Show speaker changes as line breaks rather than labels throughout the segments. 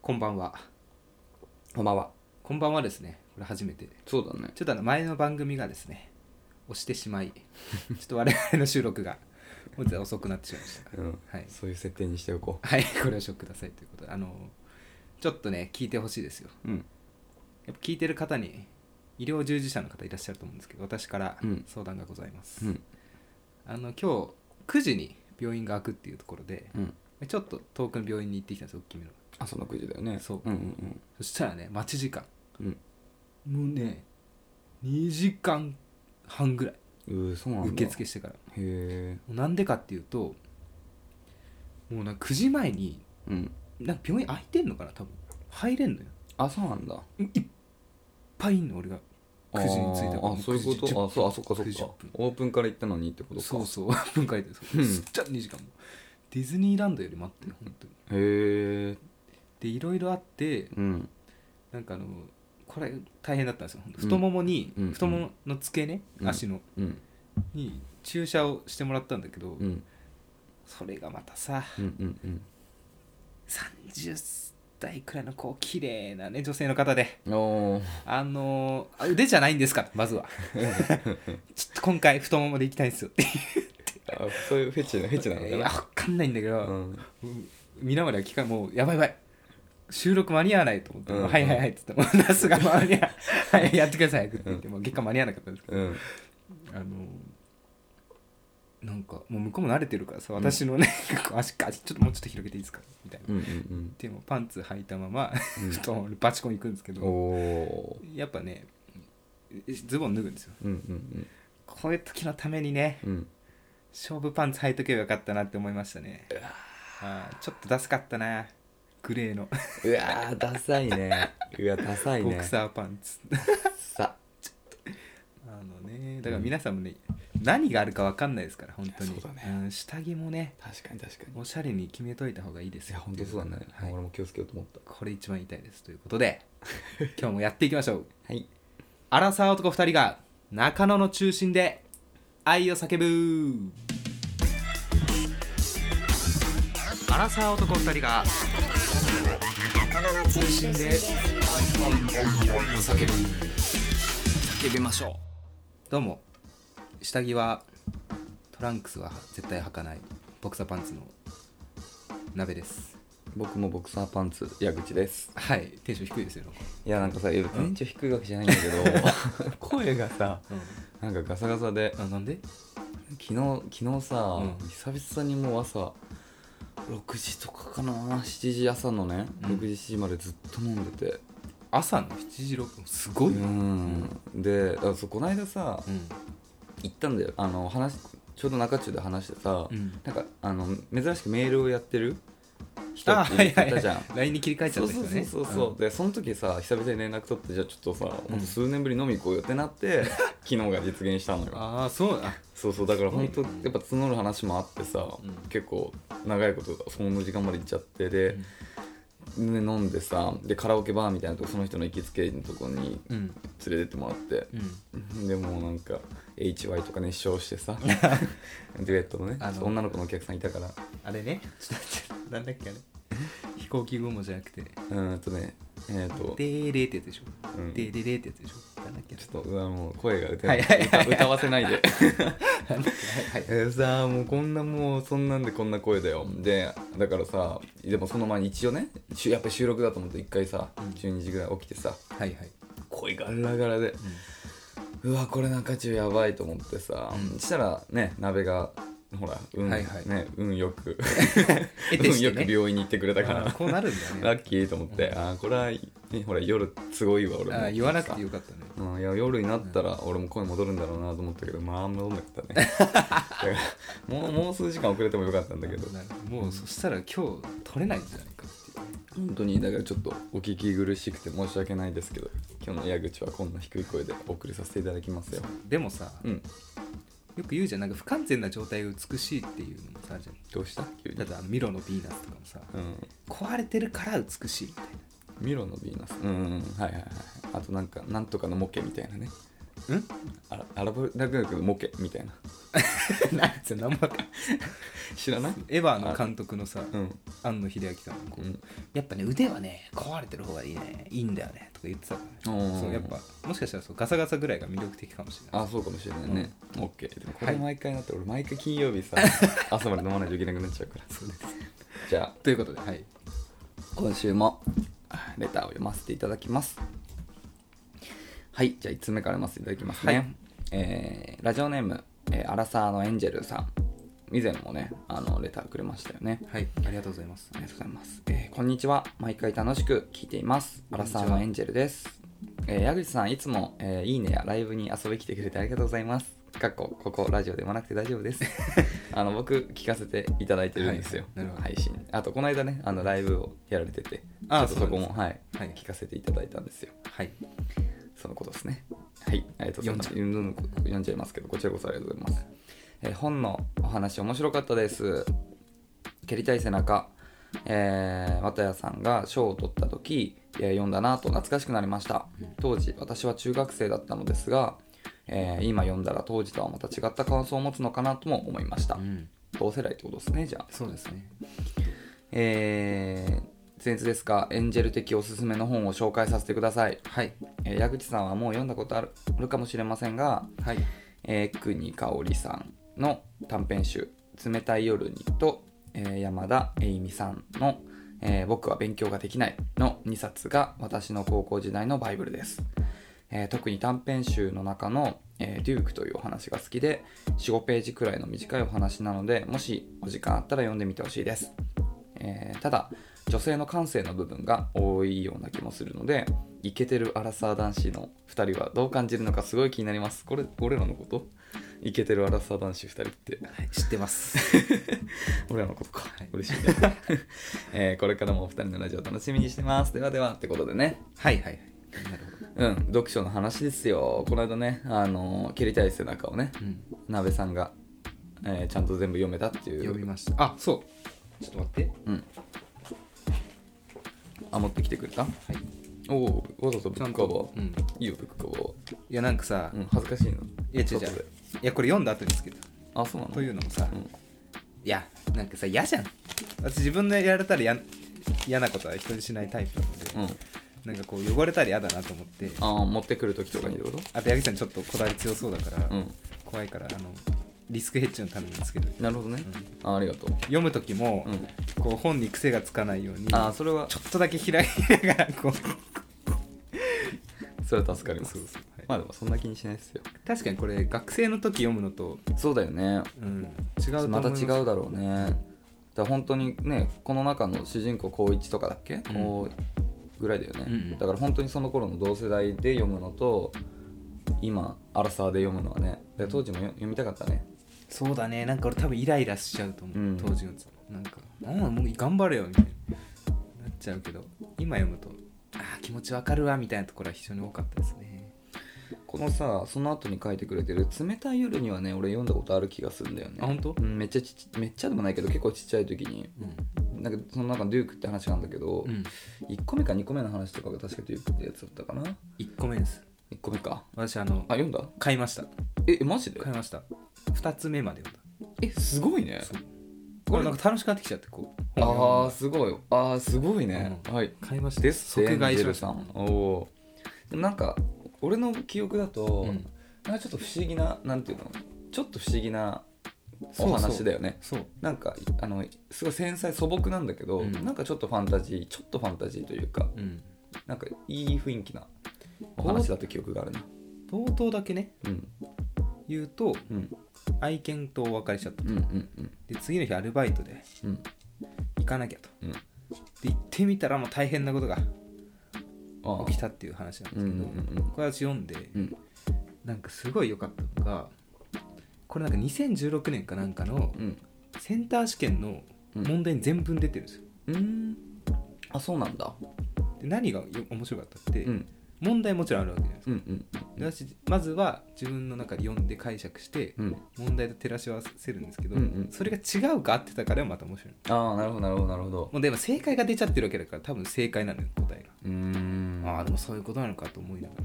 こんばんは
こんばんは
こんばんはですねこれ初めて
そうだね
ちょっとあの前の番組がですね押してし まいちょっと我々の収録が本日は遅くなってしまいました
うん、
はい
そういう設定にしておこ
はいこれをショックださいということであのちょっとね聞いてほしいですよ
ううん
やっぱ聞いてる方に医療従事者の方いらっしゃると思うんですけど私から
うん
相談がございます、
うん
あの今日9時に病院が開くっていうところで
うん
ちょっと遠くの病院に行ってきたんですよ大きめの
朝の9時だよね
そう
うんうん
そしたらね待ち時間
うん
もうね2時間半ぐらい
うんうーそうなんだ
受付してから
へえ
もうなんでかっていうともうなんか9時前に
うん
なんか病院開いてんのかな多分入れんのよ
あそうなんだ
いっぱいいんの俺が9時に着いた
あーあそういうことあそうあそっかそっ
90
か
分
オープンから行ったのにってことか
そうそう 分書いてるそう
うん
すっちゃ2時間もディズニーランドより待ってる本当に
へえ
でいろいろあって
うん
なんかあのこれ大変だったんですよ本当
うん
太ももに、
うん
太ももの付け根、
うん
足の
うん
に注射をしてもらったんだけど、
うん
それがまたさ
うんうんうん
30代くらいのこう綺麗なね女性の方で
おー
あのーあ腕じゃないんですかまずは ちょっと今回太ももでいきたいんですよって
あそういうフェチなフェチなの
いや
か
わかんないんだけど、
なうん
うん皆までは聞かんもうやばいやばい収録間に合わないと思って「
うん
はいはいはい」っつって「もうナスが間に合わないはいやってください」って言って、もう結果間に合わなかったんですけ
うん
どあのなんかもう向こうも慣れてるからさ私のね、 こう足かちょっともうちょっと広げていいですかみたいな、
うんうん
でもパンツ履いたまま
うん
布団をバチコン行くんですけ
うん
ど、
おー
やっぱねズボン脱ぐんですよ
うんうん
こういう時のためにね
うんうん
勝負パンツ履いとけばよかったなって思いましたねはいちょっとダサかったなグレーの
うわーダサいねうわダサい
ボ
ね
クサーパンツ
さ
あのねだから皆さんもね、何があるか分かんないですから本当に
そうだね
ん下着もね
確かに確かに
おしゃれに決めといた方がいいです
いや
よ
本当そうだね、
はい
俺も気をつけようと思った
これ一番言いたいですということ で今日もやっていきましょう
はい
アラサー男2人が中野の中心で愛を叫ぶアラサー男2人が中野の中心で愛を叫ぶ叫びましょうどうも下着はトランクスは絶対履かないボクサーパンツの鍋です
僕もボクサーパンツ矢口です
はいテンション低いですよ、
いやなんかさいやテンション低いわけじゃないんだけど 声がさなんかガサガサで
あなんで
昨日昨日さ、
うん
久々にもう朝6時とかかな7時朝のね、
うん
6時7時までずっと飲んでて
朝の7時6分すご
う
いね
んであそうこの間さ
うん
行ったんだよあの話ちょうど中中で話してさ、
うん
なんかあの珍しくメールをやってる人
あ
っていたじゃん
LINE に切り替えちゃ
そ
っ
う
た
そ
人
うそ
ね
うそうそう、でその時さ久々に連絡取ってじゃあちょっとさ、ほんと数年ぶり飲み行こうよってなって昨日が実現したの
うん
よ
ああそうだ
そうそうだから本
す
当
ごいね
やっぱ募る話もあってさ、
うん
結構長いことその時間まで行っちゃってで、で飲んでさでカラオケバーみたいなとこその人の行きつけのとこに
うん
連れてってもらって、
うん
でもうなんか HY とか熱唱し てさデュエットのね
あの
そう女の子のお客さんいたから
あれね ちょっと待ってなんだっけあれ飛行機雲じゃなくて
うーんとねえっ、と、
デーレーってやつでしょ
うん
デーレーってやつでしょなんだっけ
ちょっとうわもう声が歌,、
はいはいはいはい
歌歌わせないで
なん だっけはいはい
えーさあもうこんなもうそんなんでこんな声だよでだからさでもその前に一応ねしゅやっぱ収録だと思って一回さ、
うん
12時ぐらい起きてさ
はい はい
声ガラガラで、うわこれ中中やばいと思ってさ、
うん
そしたらね鍋がほら運、
はいはい
ね、運よく、
えて
運
して
よ
ね
く病院に行ってくれたか
あー
ら
こうなるんだね
ラッキーと思って、ああこれは、ね、ほら夜すごいわ俺も
あー言わなくてよかったね
うん、いや夜になったら俺も声戻るんだろうなと思ったけど、まああんま戻んなか ったねだからもうもう数時間遅れてもよかったんだけど
なるほどもうそしたら今日取れないんじゃないかっていう
本当にだからちょっとお聞き苦しくて申し訳ないですけど今日の矢口はこんな低い声でお送りさせていただきますよ
でもさ
うん
よく言うじゃんなんか不完全な状態が美しいっていうのもさあるじゃん
どうした急に
例えばミロのヴィーナスとかもさ
うん、
壊れてるから美しいみたいな
ミロのヴィーナスうんうんうんはいはいはいあとなんかなんとかのモケみたいなね
ん
あらアラブラグーンのモケみたいな
なんつうの名前
知らない
エヴァの監督のさ
うん
庵野秀明さんがこう、
うん
やっぱね腕はね壊れてる方がいいねいいんだよねとか言ってたからね
おー
そうやっぱもしかしたらそうガサガサぐらいが魅力的かもしれない
あそうかもしれないね、オッケーでもこ
は
れ
い
毎回なって俺毎回金曜日 さ朝まで飲まないといけなくなっちゃうから
そうです
じゃあ
ということではい
今週もレターを読ませていただきますはいじゃあ1つ目から読ませていただきますね、
はい
えーラジオネーム、えーアラサーのエンジェルさん以前もねあのレターくれましたよね
はいありがとうございます
ありがとうございます、えーこんにちは毎回楽しく聞いていますアラサーのエンジェルです、えー矢口さんいつも、えーいいねやライブに遊びに来てくれてありがとうございますかっこここラジオでもなくて大丈 夫ですあの僕聞かせていただいてるんですよ、
はいなるほど
配信あとこの間ねあのライブをやられてて
あー
ちょっとそこも
そう
はい、
はい
聞かせていただいたんですよ
はい
そのことですね。はい、ありがとうございます。読ん読んじゃいますけど、こちらこそありがとうございます。えー本のお話面白かったです。蹴りたい背中、えー、綿谷さんが賞を取った時、えー読んだなと懐かしくなりました。当時、私は中学生だったのですが、えー今読んだら当時とはまた違った感想を持つのかなとも思いました。
ん
同世代ってことですね、じゃあ。
そうですね
えー、前日ですが、エンジェル的おすすめの本を紹介させてください。
はい
えー矢口さんはもう読んだことあるあるかもしれませんが、
はい
えー、国香織さんの短編集「冷たい夜に」と、えー山田栄美さんの、えー僕は勉強ができない」の2冊が私の高校時代のバイブルです、えー特に短編集の中の、えーデュークというお話が好きで45ページくらいの短いお話なのでもしお時間あったら読んでみてほしいですえーただ女性の感性の部分が多いような気もするのでイケてるアラサー男子の2人はどう感じるのかすごい気になりますこれ俺らのことイケてるアラサー男子2人って
はい知ってます
俺らのことか、
はい
嬉しいね、 えーこれからもお二人のラジオ楽しみにしてますではではってことでね
はいはいはいなるほど
うん読書の話ですよこの間ねあのー蹴りたい背中をね
うん
鍋さんが、えーちゃんと全部読めたっていう
読みましたあそうちょっと待って
うんあ持ってきてくれた
はい
おおわざとブ
ちゃ
ック
ん
カバー
と、うん、
いいよブックカバー
いやなんかさ、
うん、恥ずかしいの
いや違う違
ちょっ
ういやこれ読んだ後ですけど
とあそうなの
というのもさ、
うん
いやなんかさ嫌じゃん私自分でやられたらや嫌なことは人にしないタイプなので、
うん
なんかこう汚れたら嫌だなと思ってあ
ああ持ってくる時とかにってこと
と八木さんちょっとこだわり強そうだから、
うん
怖いからあのリスクヘッジのためにつけど
なるほどね、あありがとう
読む時も、
うん
こう本に癖がつかないようにちょ
ああ
っ
それは
とだけ開きながらこう
それは助かります
そうそうはい
まあでもそんな気にしないですよ
確かにこれ学生の時読むのと、
そうだよね
うん、違うと思い
ま
ま
た
す
違うだろうねだから本当にねこの中の主人公高一とかだっけ、高ぐらいだよね、
うんうん
だから本当にその頃の同世代で読むのと今アラサーで読むのはねで当時もよ読みたかったね
そうだねなんか俺多分イライラしちゃうと思う、
うん
当時のやつなんか「うんもう頑張れよ」みたいななっちゃうけど今読むと「ああ気持ちわかるわ」みたいなところは非常に多かったですね
このさその後に書いてくれてる「冷たい夜」にはね俺読んだことある気がするんだよね
あ本当
うんめっちゃちっちめっちゃでもないけど結構ちっちゃい時に
う
なんかその中のデュークって話なんだけど、
ん、
1個目か2個目の話とかが確かデュークってやつだったかな
1個目です
1個目か
私あの
あ読んだ
買いました
ええマジで
買いました2つ目まで読ん
えすごいね
だそうこれなんか楽しくなってきちゃってこう本
ああ
読
すごいああすごいね、
う
はい
む買いました
です
即買いし
エ
ま
ンジェル
した
さんおおーなんか俺の記憶だと、
うん
なんかちょっと不思議ななんていうのちょっと不思議な
そう
お
そう
話だよね
そう
なんかあのすごい繊細素朴なんだけど、
うん
なんかちょっとファンタジーちょっとファンタジーというか
うん
なんかいい雰囲気なお話だった記憶があるな
冒頭だけね
うん
言うと
うん
愛犬とお別れしちゃった
うんうんうん
で次の日アルバイトで
うん
行かなきゃと
うん
で行ってみたらもう大変なことが
ああ
起きたっていう話なんです
う
け
んう
ど、
んうん
これ私読んで
うん
なんかすごい良かったのがこれなんか2016年かなんかの
うん
センター試験の問題に全文出てるんですよ。
うんあそうなんだ
で何がよ面白かったって、
うん
問題もちろんあるわけじゃないです
う
か。
んうん
で私まずは自分の中で読んで解釈して
うん
問題と照らし合わせるんですけど、
うんうん
それが違うか合ってたからまた面白いの
ああなるほどなるほどなるほど
もうでも正解が出ちゃってるわけだから多分正解なのよ答えが、
うーん
ああでもそういうことなのかと思いながら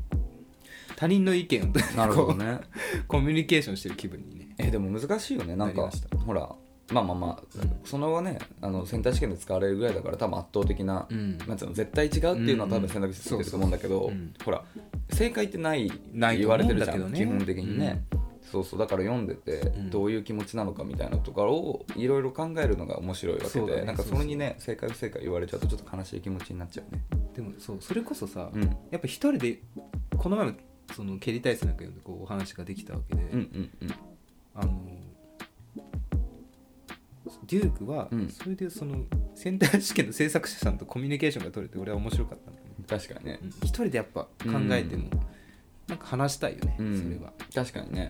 他人の意見を
なるほどね
こうコミュニケーションしてる気分にね
えーでも難しいよねなん
なり
か
ました
ほらまあまあまあ、その後はねあのセンター試験で使われるぐらいだから多分圧倒的な,、
うん
なんつうの絶対違うっていうのは多分選択肢ついてると思うんだけど、
うんうん
ほら正解ってないって
ない
言
と
わ
思
れ
う
て
ん
るじ
だ
ゃ
け
ん
どね
基本的にね、そうそうだから読んでて、
ん
どういう気持ちなのかみたいなところをいろいろ考えるのが面白いわけ
そう
で、
だね
なんか
そう
そ
そう
れにね正解不正解言われちゃうとちょっと悲しい気持ちになっちゃうね
でもそうそれこそさ、
うん
やっぱ一人でこの前もその蹴り体操なんか読んでこうお話ができたわけで、
うんうんうん
あのデュークは、
うん
それでそのセンター試験の制作者さんとコミュニケーションが取れて俺は面白かったんだよね
確かにね
うん一人でやっぱ考えても、なんか話したいよね、
うん
それは、
確かにね、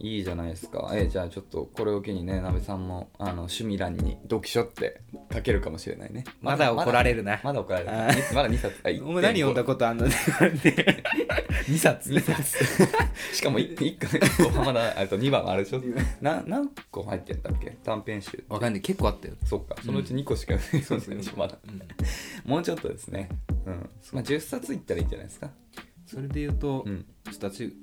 いいじゃないですか。えーじゃあちょっとこれを機にね、なべさんもあの趣味欄に読書って書けるかもしれないね。
まだ怒られるな
まだ怒られる。
あー
まだ2冊。あ
お前何読んだ
1.5
ことあんのね 2冊2冊
しかも 1, 個1個まだあと2番あるでしょ。な何個入ってんだっけ短編集。
わかんない結構あったよ
そっか、そのうち2個しか読んでないでしょ、 まだ。
うん
もうちょっとですね。うん。まあ10冊いったらいいんじゃないですか。
それで言うと、
うん。
ちょっと私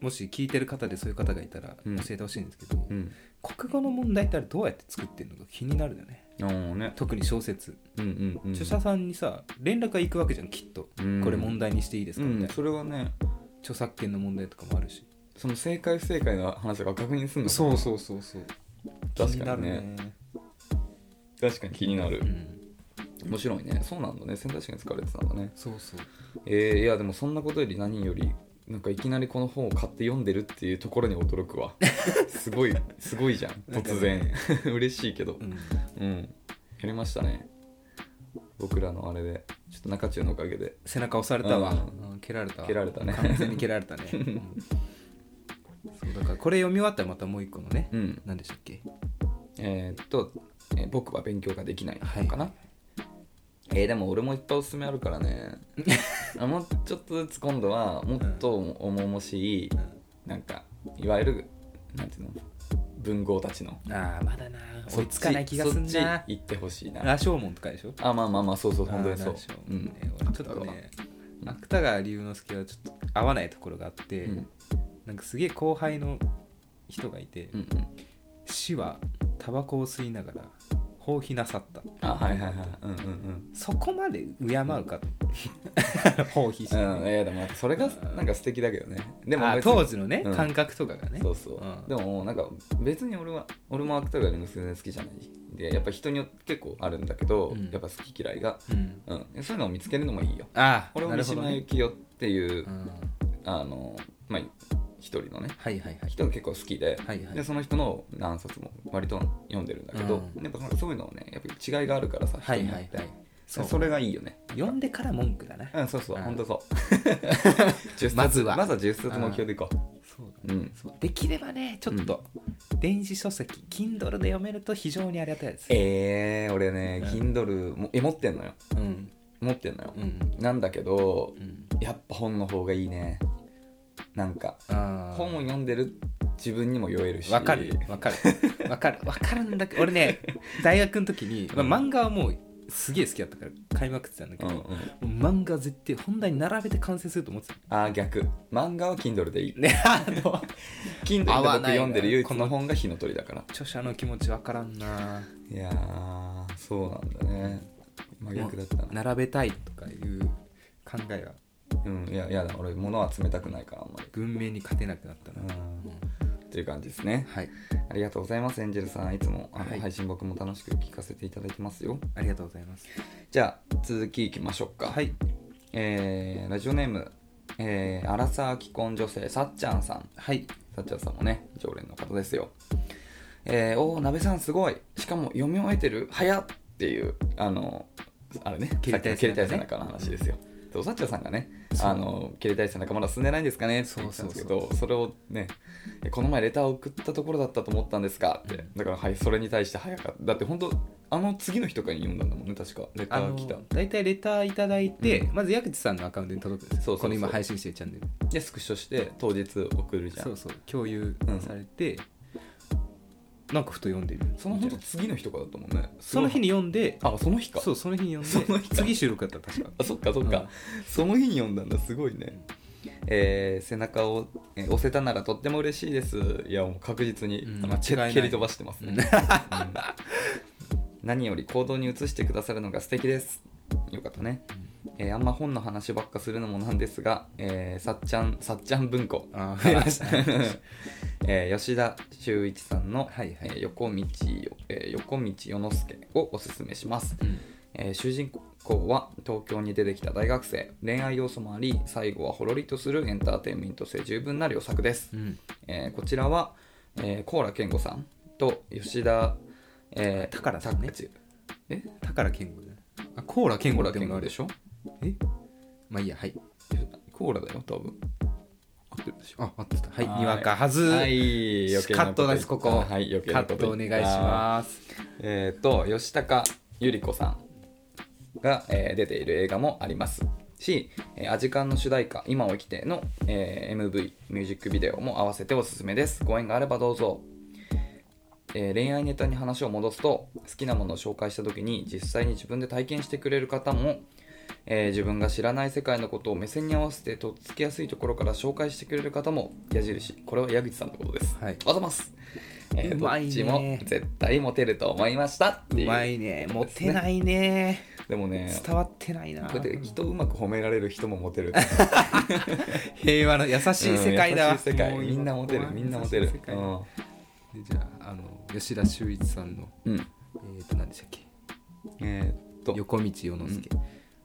もし聞いてる方でそういう方がいたら
うん
教えてほしいんですけど、
うん。
国語の問題ってあれどうやって作ってるのか気になるよね
あーね。
特に小説、
うんうんうん。
著者さんにさ連絡が行くわけじゃんきっと、
うん
これ問題にしていいです
う
かみたい
ん
な、、
それはね、
著作権の問題とかもあるし
その正解不正解の話が確認するの
そうそうそうそう
確かにね。確かに気になる。
うん、
面白いねそうなんだねセンター試験使われてたんだね
そうそう
えー、いやでもそんなことより何よりなんかいきなりこの本を買って読んでるっていうところに驚 くわすごいすごいじゃん
なんか
突
ね
然 嬉しいけど
うん
うんやりましたね僕らのあれでちょっと中中のおかげで
背中押されたわ、
う
うん蹴られたわ
蹴られたね
完全に蹴られ たね、うんそうだからこれ読み終わったらまたもう一個のね、
うん
何でしたっけ
えーっと、えー僕は勉強ができない
は
の
い
かな、えーでも俺もいっぱいおすすめあるから ねあもうちょっとずつ今度はもっと重々しい、なんかいわゆるなんていうの文豪たちの
ああまだな
そ
追
っ
い
ち
つかない気がすん
そっ
な
ち行ってほしいな
羅生門とかでしょ
あまあまあまあそうそう本当に
あ
そう
ー羅生
う
門
ん
ね俺ちょっとね芥川龍之介はちょっと合わないところがあって、
うん
なんかすげえ後輩の人がいて、
うんうん
死はタバコを吸いながら放棄なさった
あはいはいはいうんうんうん
そこまで敬う かと放棄し
う
て、
ん、えーでもそれがなんか素敵だけどねでも
あー
別に
当時のね、
うん
感覚とかがね
そうそう、
うん
でももうなんか別に俺は俺も芥川龍之介全然好きじゃないでやっぱ人によって結構あるんだけど、
うん
やっぱ好き嫌いが、
うん、
うん、そういうのを見つけるのもいいよ
ああ
俺も
な
三
るほど、
島由
ね
紀夫っていう、
うん、
あのまあ一人のね
はいはいはい
人が結構好きで,、
はいはい
でその人の何冊も割と読んでるんだけど、
うん
やっぱそそういうのをねやっぱ違いがあるからさ
はいはい
人
は
によ
い
って
そ
そうそれがいいよね
読んでから文句だな、
うんそうそう
うん
ほんとそう 10冊
まずは
まずは10冊目標でいこ
そうだね
ううん
そうできればねちょっと、電子書籍 Kindle で読めると非常にありがたいです
えー、俺ね
うん
Kindle もえ持ってんのよ
うん
持ってんのよ
う、ん
なんだけど
うん
やっぱ本の方がいいねなんか
あー
本を読んでる自分にも酔えるし
わかるわかるわかるわかるんだけど俺ね大学の時に、まあ、漫画はもうすげえ好きだったから買いまくってたんだけ
うん
ど、
う
も
ん
う漫画絶対本題に並べて完成すると思ってた
あー逆漫画は Kindle でいい
ねあの
Kindle で
合
僕
わないな
読んでる唯一
こ
の
の
本が火の鳥だから
著者の気持ちわからんない
やーそうなんだね真逆だったな
並べたいとかいう考えが
うんいやいやだ俺物は集めたくないからあんま
文明に勝てなくなったな、
りうんっていう感じですね
はい
ありがとうございますエンジェルさんいつもあの、
はい
配信僕も楽しく聞かせていただいてますよ
ありがとうございます
じゃあ続きいきましょうか
はい
えーラジオネームえー、アラサー既婚女性さっちゃんさん
はい
さっちゃんさんもね常連の方ですよえー、おーなべさんすごいしかも読み終えてる早っっていうあのあれね
蹴りたい
さっきの蹴りたい
背
背
中
中
ね
の話ですよそうさっちゃんさんがね「
そう
あの蹴りたい背中まだ進んでないんですかね?」って言ってたんですけどそれをねえ「この前レターを送ったところだったと思ったんですか?」ってだからはいそれに対して早かっただって本当あの次の日とかに読んだんだもんね確かレタ
あ
ー
の
が来た
大体レターいただいて、
う
まず矢口さんのアカウントに届くんですよ
そうそうそう
この今配信してるチャンネル
でスクショして当日送るじゃ
そうんそう共有されて、なんかふと読んでる
その本当次の日とかだったもんね
その日
に
に読んで
あその日か
そうその日に
そ
読
の
んで
日か
次収録だったら確か
あそっかそっか、
うん
その日に読んだんだすごいねえー背中を、えー押せたならとっても嬉しいですいやもう確実に、
うん
あの
間違いない
蹴り飛ばしてますね、何より行動に移してくださるのが素敵ですよかったね、えーあんま本の話ばっかするのもなんですが、えーさっちゃんさっちゃん文庫
あー
ありました えー吉田修一さんの、えー横道よ、えー横道世之助をおすすめします、
うん
えー主人公は東京に出てきた大学生恋愛要素もあり最後はほろりとするエンターテインメント性十分な良作です、
うん
えーこちらは、えー、コーラ健吾さんと吉田、えー、
宝さんね
拓え
宝健吾じゃないあコーラ健
コ
吾
ー
っ
ラ
ていう
健
のがある
吾で
でし
しょ
ょえまあいいやはい
コーラだよ多分合ってるでしょ
あ合ってたはい
はい
にわかはず、
はい余計
カ
な
ッ
と
ト
言っ
ですここ、
はい余計
カ
な
ッ
こと
トお願いします
すえっ、と吉高由里子さんが、えー出ている映画もありますし「えーアジカン」の主題歌「今を生きての」えー MV ミュージックビデオも合わせておすすめですご縁があればどうぞえー恋愛ネタに話を戻すと好きなものを紹介した時に実際に自分で体験してくれる方も、えー自分が知らない世界のことを目線に合わせてとっつきやすいところから紹介してくれる方も矢印これは矢口さんのことです、
はい
あざます、えー
うまいね
どっちも絶対モテると思いましたって
う
いう
まいねモテないね
でもね
伝わってないな
こうやって人をうまく褒められる人もモテる
平和の優しい世界だわ、
うん優しい世界
もう
みんなモテるみんなモテ
優
る
しい世界でじゃああの吉田修一さんの
うん、うん
えっ、と何でしたっけ
えーっと
横道世之助、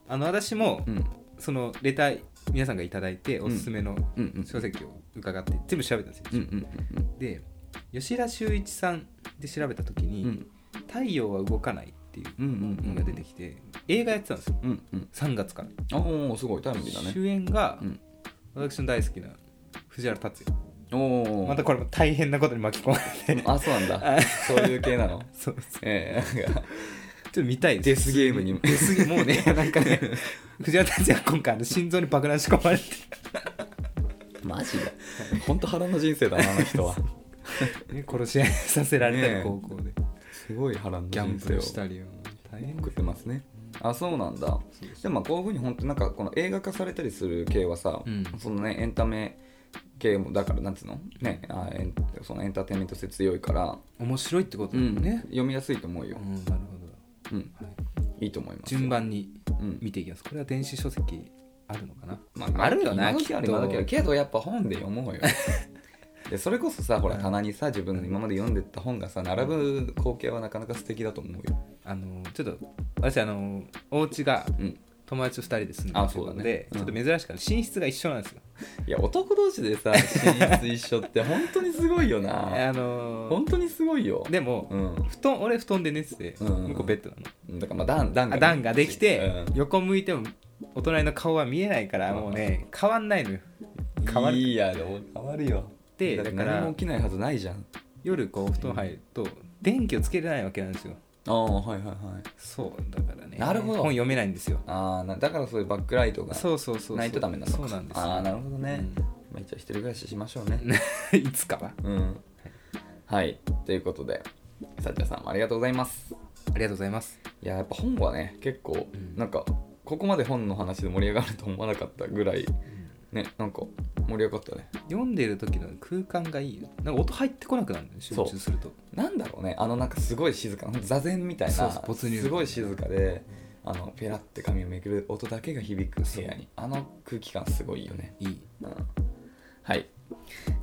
あの私も、
うん
そのレター皆さんがいただいておすすめの
うんうん
書籍を伺って全部調べたんですよ、
うんうん
で吉田修一さんで調べた時に「
うんうん
太陽は動かない」っていう
うんうんうん
のが出てきて、映画やってたんですよ
うんうん
3月から、
あおーすごいタイムリーだね
主演が、
うん
私の大好きな藤原竜也
おお
またこれも大変なことに巻き込まれて
あそうなんだそういう系なの
そうそう
ええなん
ちょ
か
っと見たい
デ
です
スゲームに
デスゲーム もうねなんかね藤原竜也は今回あの心臓に爆弾仕込まれて
マジで本当腹の人生だなあの人は
ね 殺し合いさせられた
ね
り
え
高校で
すごい腹の
ギャン
人
ブ
生を
ルしたりよ大変
食ってますねあそうなんだでもまあこういうふうに本当なんかこの映画化されたりする系はさ、
うん
そのねエンタメ系もだからなんつうのねあエンそのエンターテインメント性強いから、
面白いってこと
う
だも
ん
んね、
読みやすいと思うよ
う、んなるほ
うん、
ど、はい、
いいと思います
順番に
うん
見ていきますこれは電子書籍あるのかな、
まあ、あるよな
今
き
時
っとだけどけどやっぱ本で読も うよでそれこそさほら棚にさ自分の今まで読んでった本がさ並ぶ光景はなかなか素敵だと思うよ、
あのちょっと私あのお家が
うん、
友達と2人で住んで
あ
る
そうだ
の
ね
で、
うん
ちょっと珍しく寝室が一緒なんですよ、
いや男同士で さ寝室一緒って本当にすごいよな
あの
本当にすごいよ
でも、
うん
布団俺布団で寝てて、
うん
向こうベッドなの
だからまあ段段
あ段ができて、
うん
横向いてもお隣の顔は見えないからもうね変わんないのよ変わる
いいやろ変わるよ
で
だって
だから
何も起きないはずないじゃん
夜こう布団入ると電気をつけれないわけなんですよ
ああはいはいはい
そうだからね
なるほど
本読めないんですよ
ああなだからそういうバックライトが
そうそうそうそう
ないとダメなのか
そうなんですよ
ああなるほどね、まあ、一応一人暮らししましょうね
うん いつかは
うん。はい。ということで、さちゃさんもありがとうございます。
ありがとうございます
いや、やっぱ本はね、結構、
うん
なんか、ここまで本の話で盛り上がると思わなかったぐらい、ね、なんか、盛り上がったね。
読んでる時の空間がいいよなんか音入ってこなくなるのよ集
そう
中すると
なんだろうね、あの、なんかすごい静かな、ほんと座禅みたいな、
そうそう没入
すごい静かで、あの、ペラって髪をめくる音だけが響く部屋に、あの空気感すごいよね。
いい
うんはい。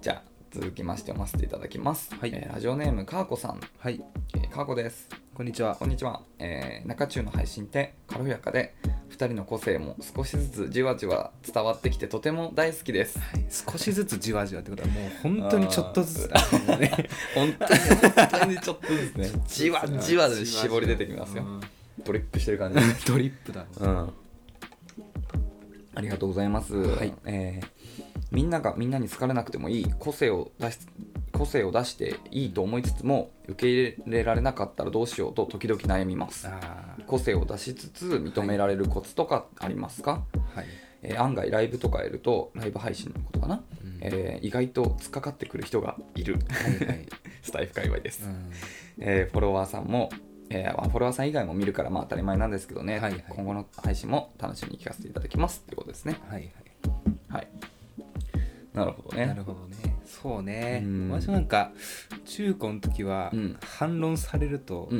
じゃあ、続きまして読ませていただきます。
はい
えーラジオネーム、かーこさん。
はい
えー、かーこです。
こんにちは
こんにちは、えー中中の配信って軽やかで2人の個性も少しずつじわじわ伝わってきてとても大好きです
少しずつじわじわってことはもう本当にちょっとずつだもうね
本当に本当にちょっとずつねじわじわで絞り出てきますよ
うん
ドリップしてる感じ
ドリップだ
うんありがとうございます、
はい
えーみんながみんなに好かれなくてもいい個性を出し個性を出していいと思いつつも受け入れられなかったらどうしようと時々悩みます
あ
個性を出しつつ認められるコツとかありますか、
ーはい
えー案外ライブとかやるとライブ配信のことかな、
うん
えー意外と突っかかってくる人がいる
はいはい
スタイフ界隈です、
うん
えーフォロワーさんも、えーあフォロワーさん以外も見るからまあ当たり前なんですけどね、
はいはい
今後の配信も楽しみに聞かせていただきますってことですね
はいはい
はいなるほど
な
ね
るほどねそうね、
うん
私もなんか中高の時は
うん
反論されると
う、んう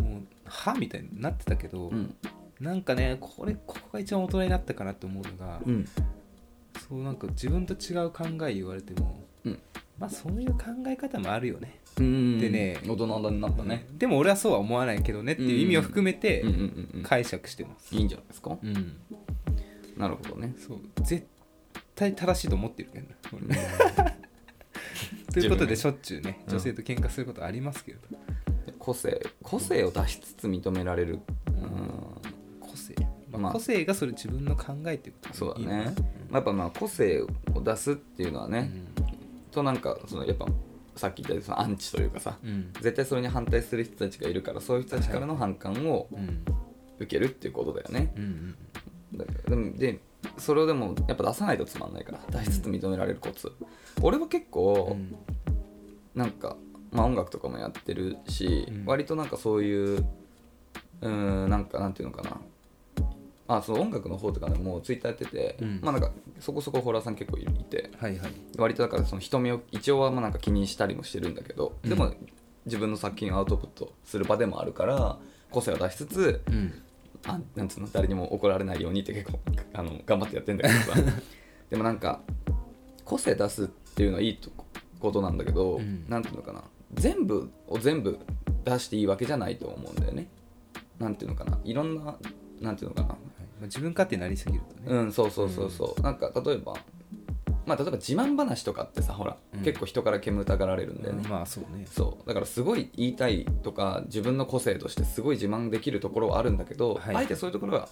ん
もう歯みたいになってたけど、
うんうん
なんかねこれここが一番大人になったかなって思うのが、
うん
そうなんか自分と違う考え言われても、
うん
まあそういう考え方もあるよね、
うん
でね
大人になったね
でも俺はそうは思わないけどねっていう意味を含めて
うんうんうん
解釈してます、
いいんじゃないですか
うん
なるほどね
そう絶対正しいと思ってるけどね俺ね ということでしょっちゅうね
うん
女性と喧嘩することありますけど、
個性個性を出しつつ認められるうん
個性、
ま
ま
あ
あ、個性がそれ自分の考えっていうこと
そうだ
いいの
ね
かな
やっぱまあ個性を出すっていうのは
う
ね
ん
となんかそのやっぱさっき言ったようにそのアンチというかさ
うん
絶対それに反対する人たちがいるからそういう人たちからの反感を
うん
受けるっていうことだよね
うんうん
だからでもでそれをでもやっぱ出さないとつまんないから出しつつ認められるコツ俺は結
う
構
ん
なんか、まあ、音楽とかもやってるし、
うん
割となんかそういううーんなんかなんていうのかなあその音楽の方とかでもツイッターやってて、
うん
まあなんかそこそこホラーさん結構いて
はいはい
割とだからその人目を一応はまあなんか気にしたりもしてるんだけど、
うん
でも自分の作品をアウトプットする場でもあるから個性を出しつつ
うん
あなんつうの誰にも怒られないようにって結構あの頑張ってやってんだ けどさでもなんか個性出すっていうのはいいとこことなんだけど、
うん
なんていうのかな全部を全部出していいわけじゃないと思うんだよねなんていうのかないろんななんていうのかな
はいまあ、自分勝手になりすぎるとね、
うんそうそうそうそう、なんか例えばまあ例えば自慢話とかってさほら、
うん
結構人から煙たがられるんだよね、
まあそうね
そうだからすごい言いたいとか自分の個性としてすごい自慢できるところはあるんだけど、
はい
あえてそういうところは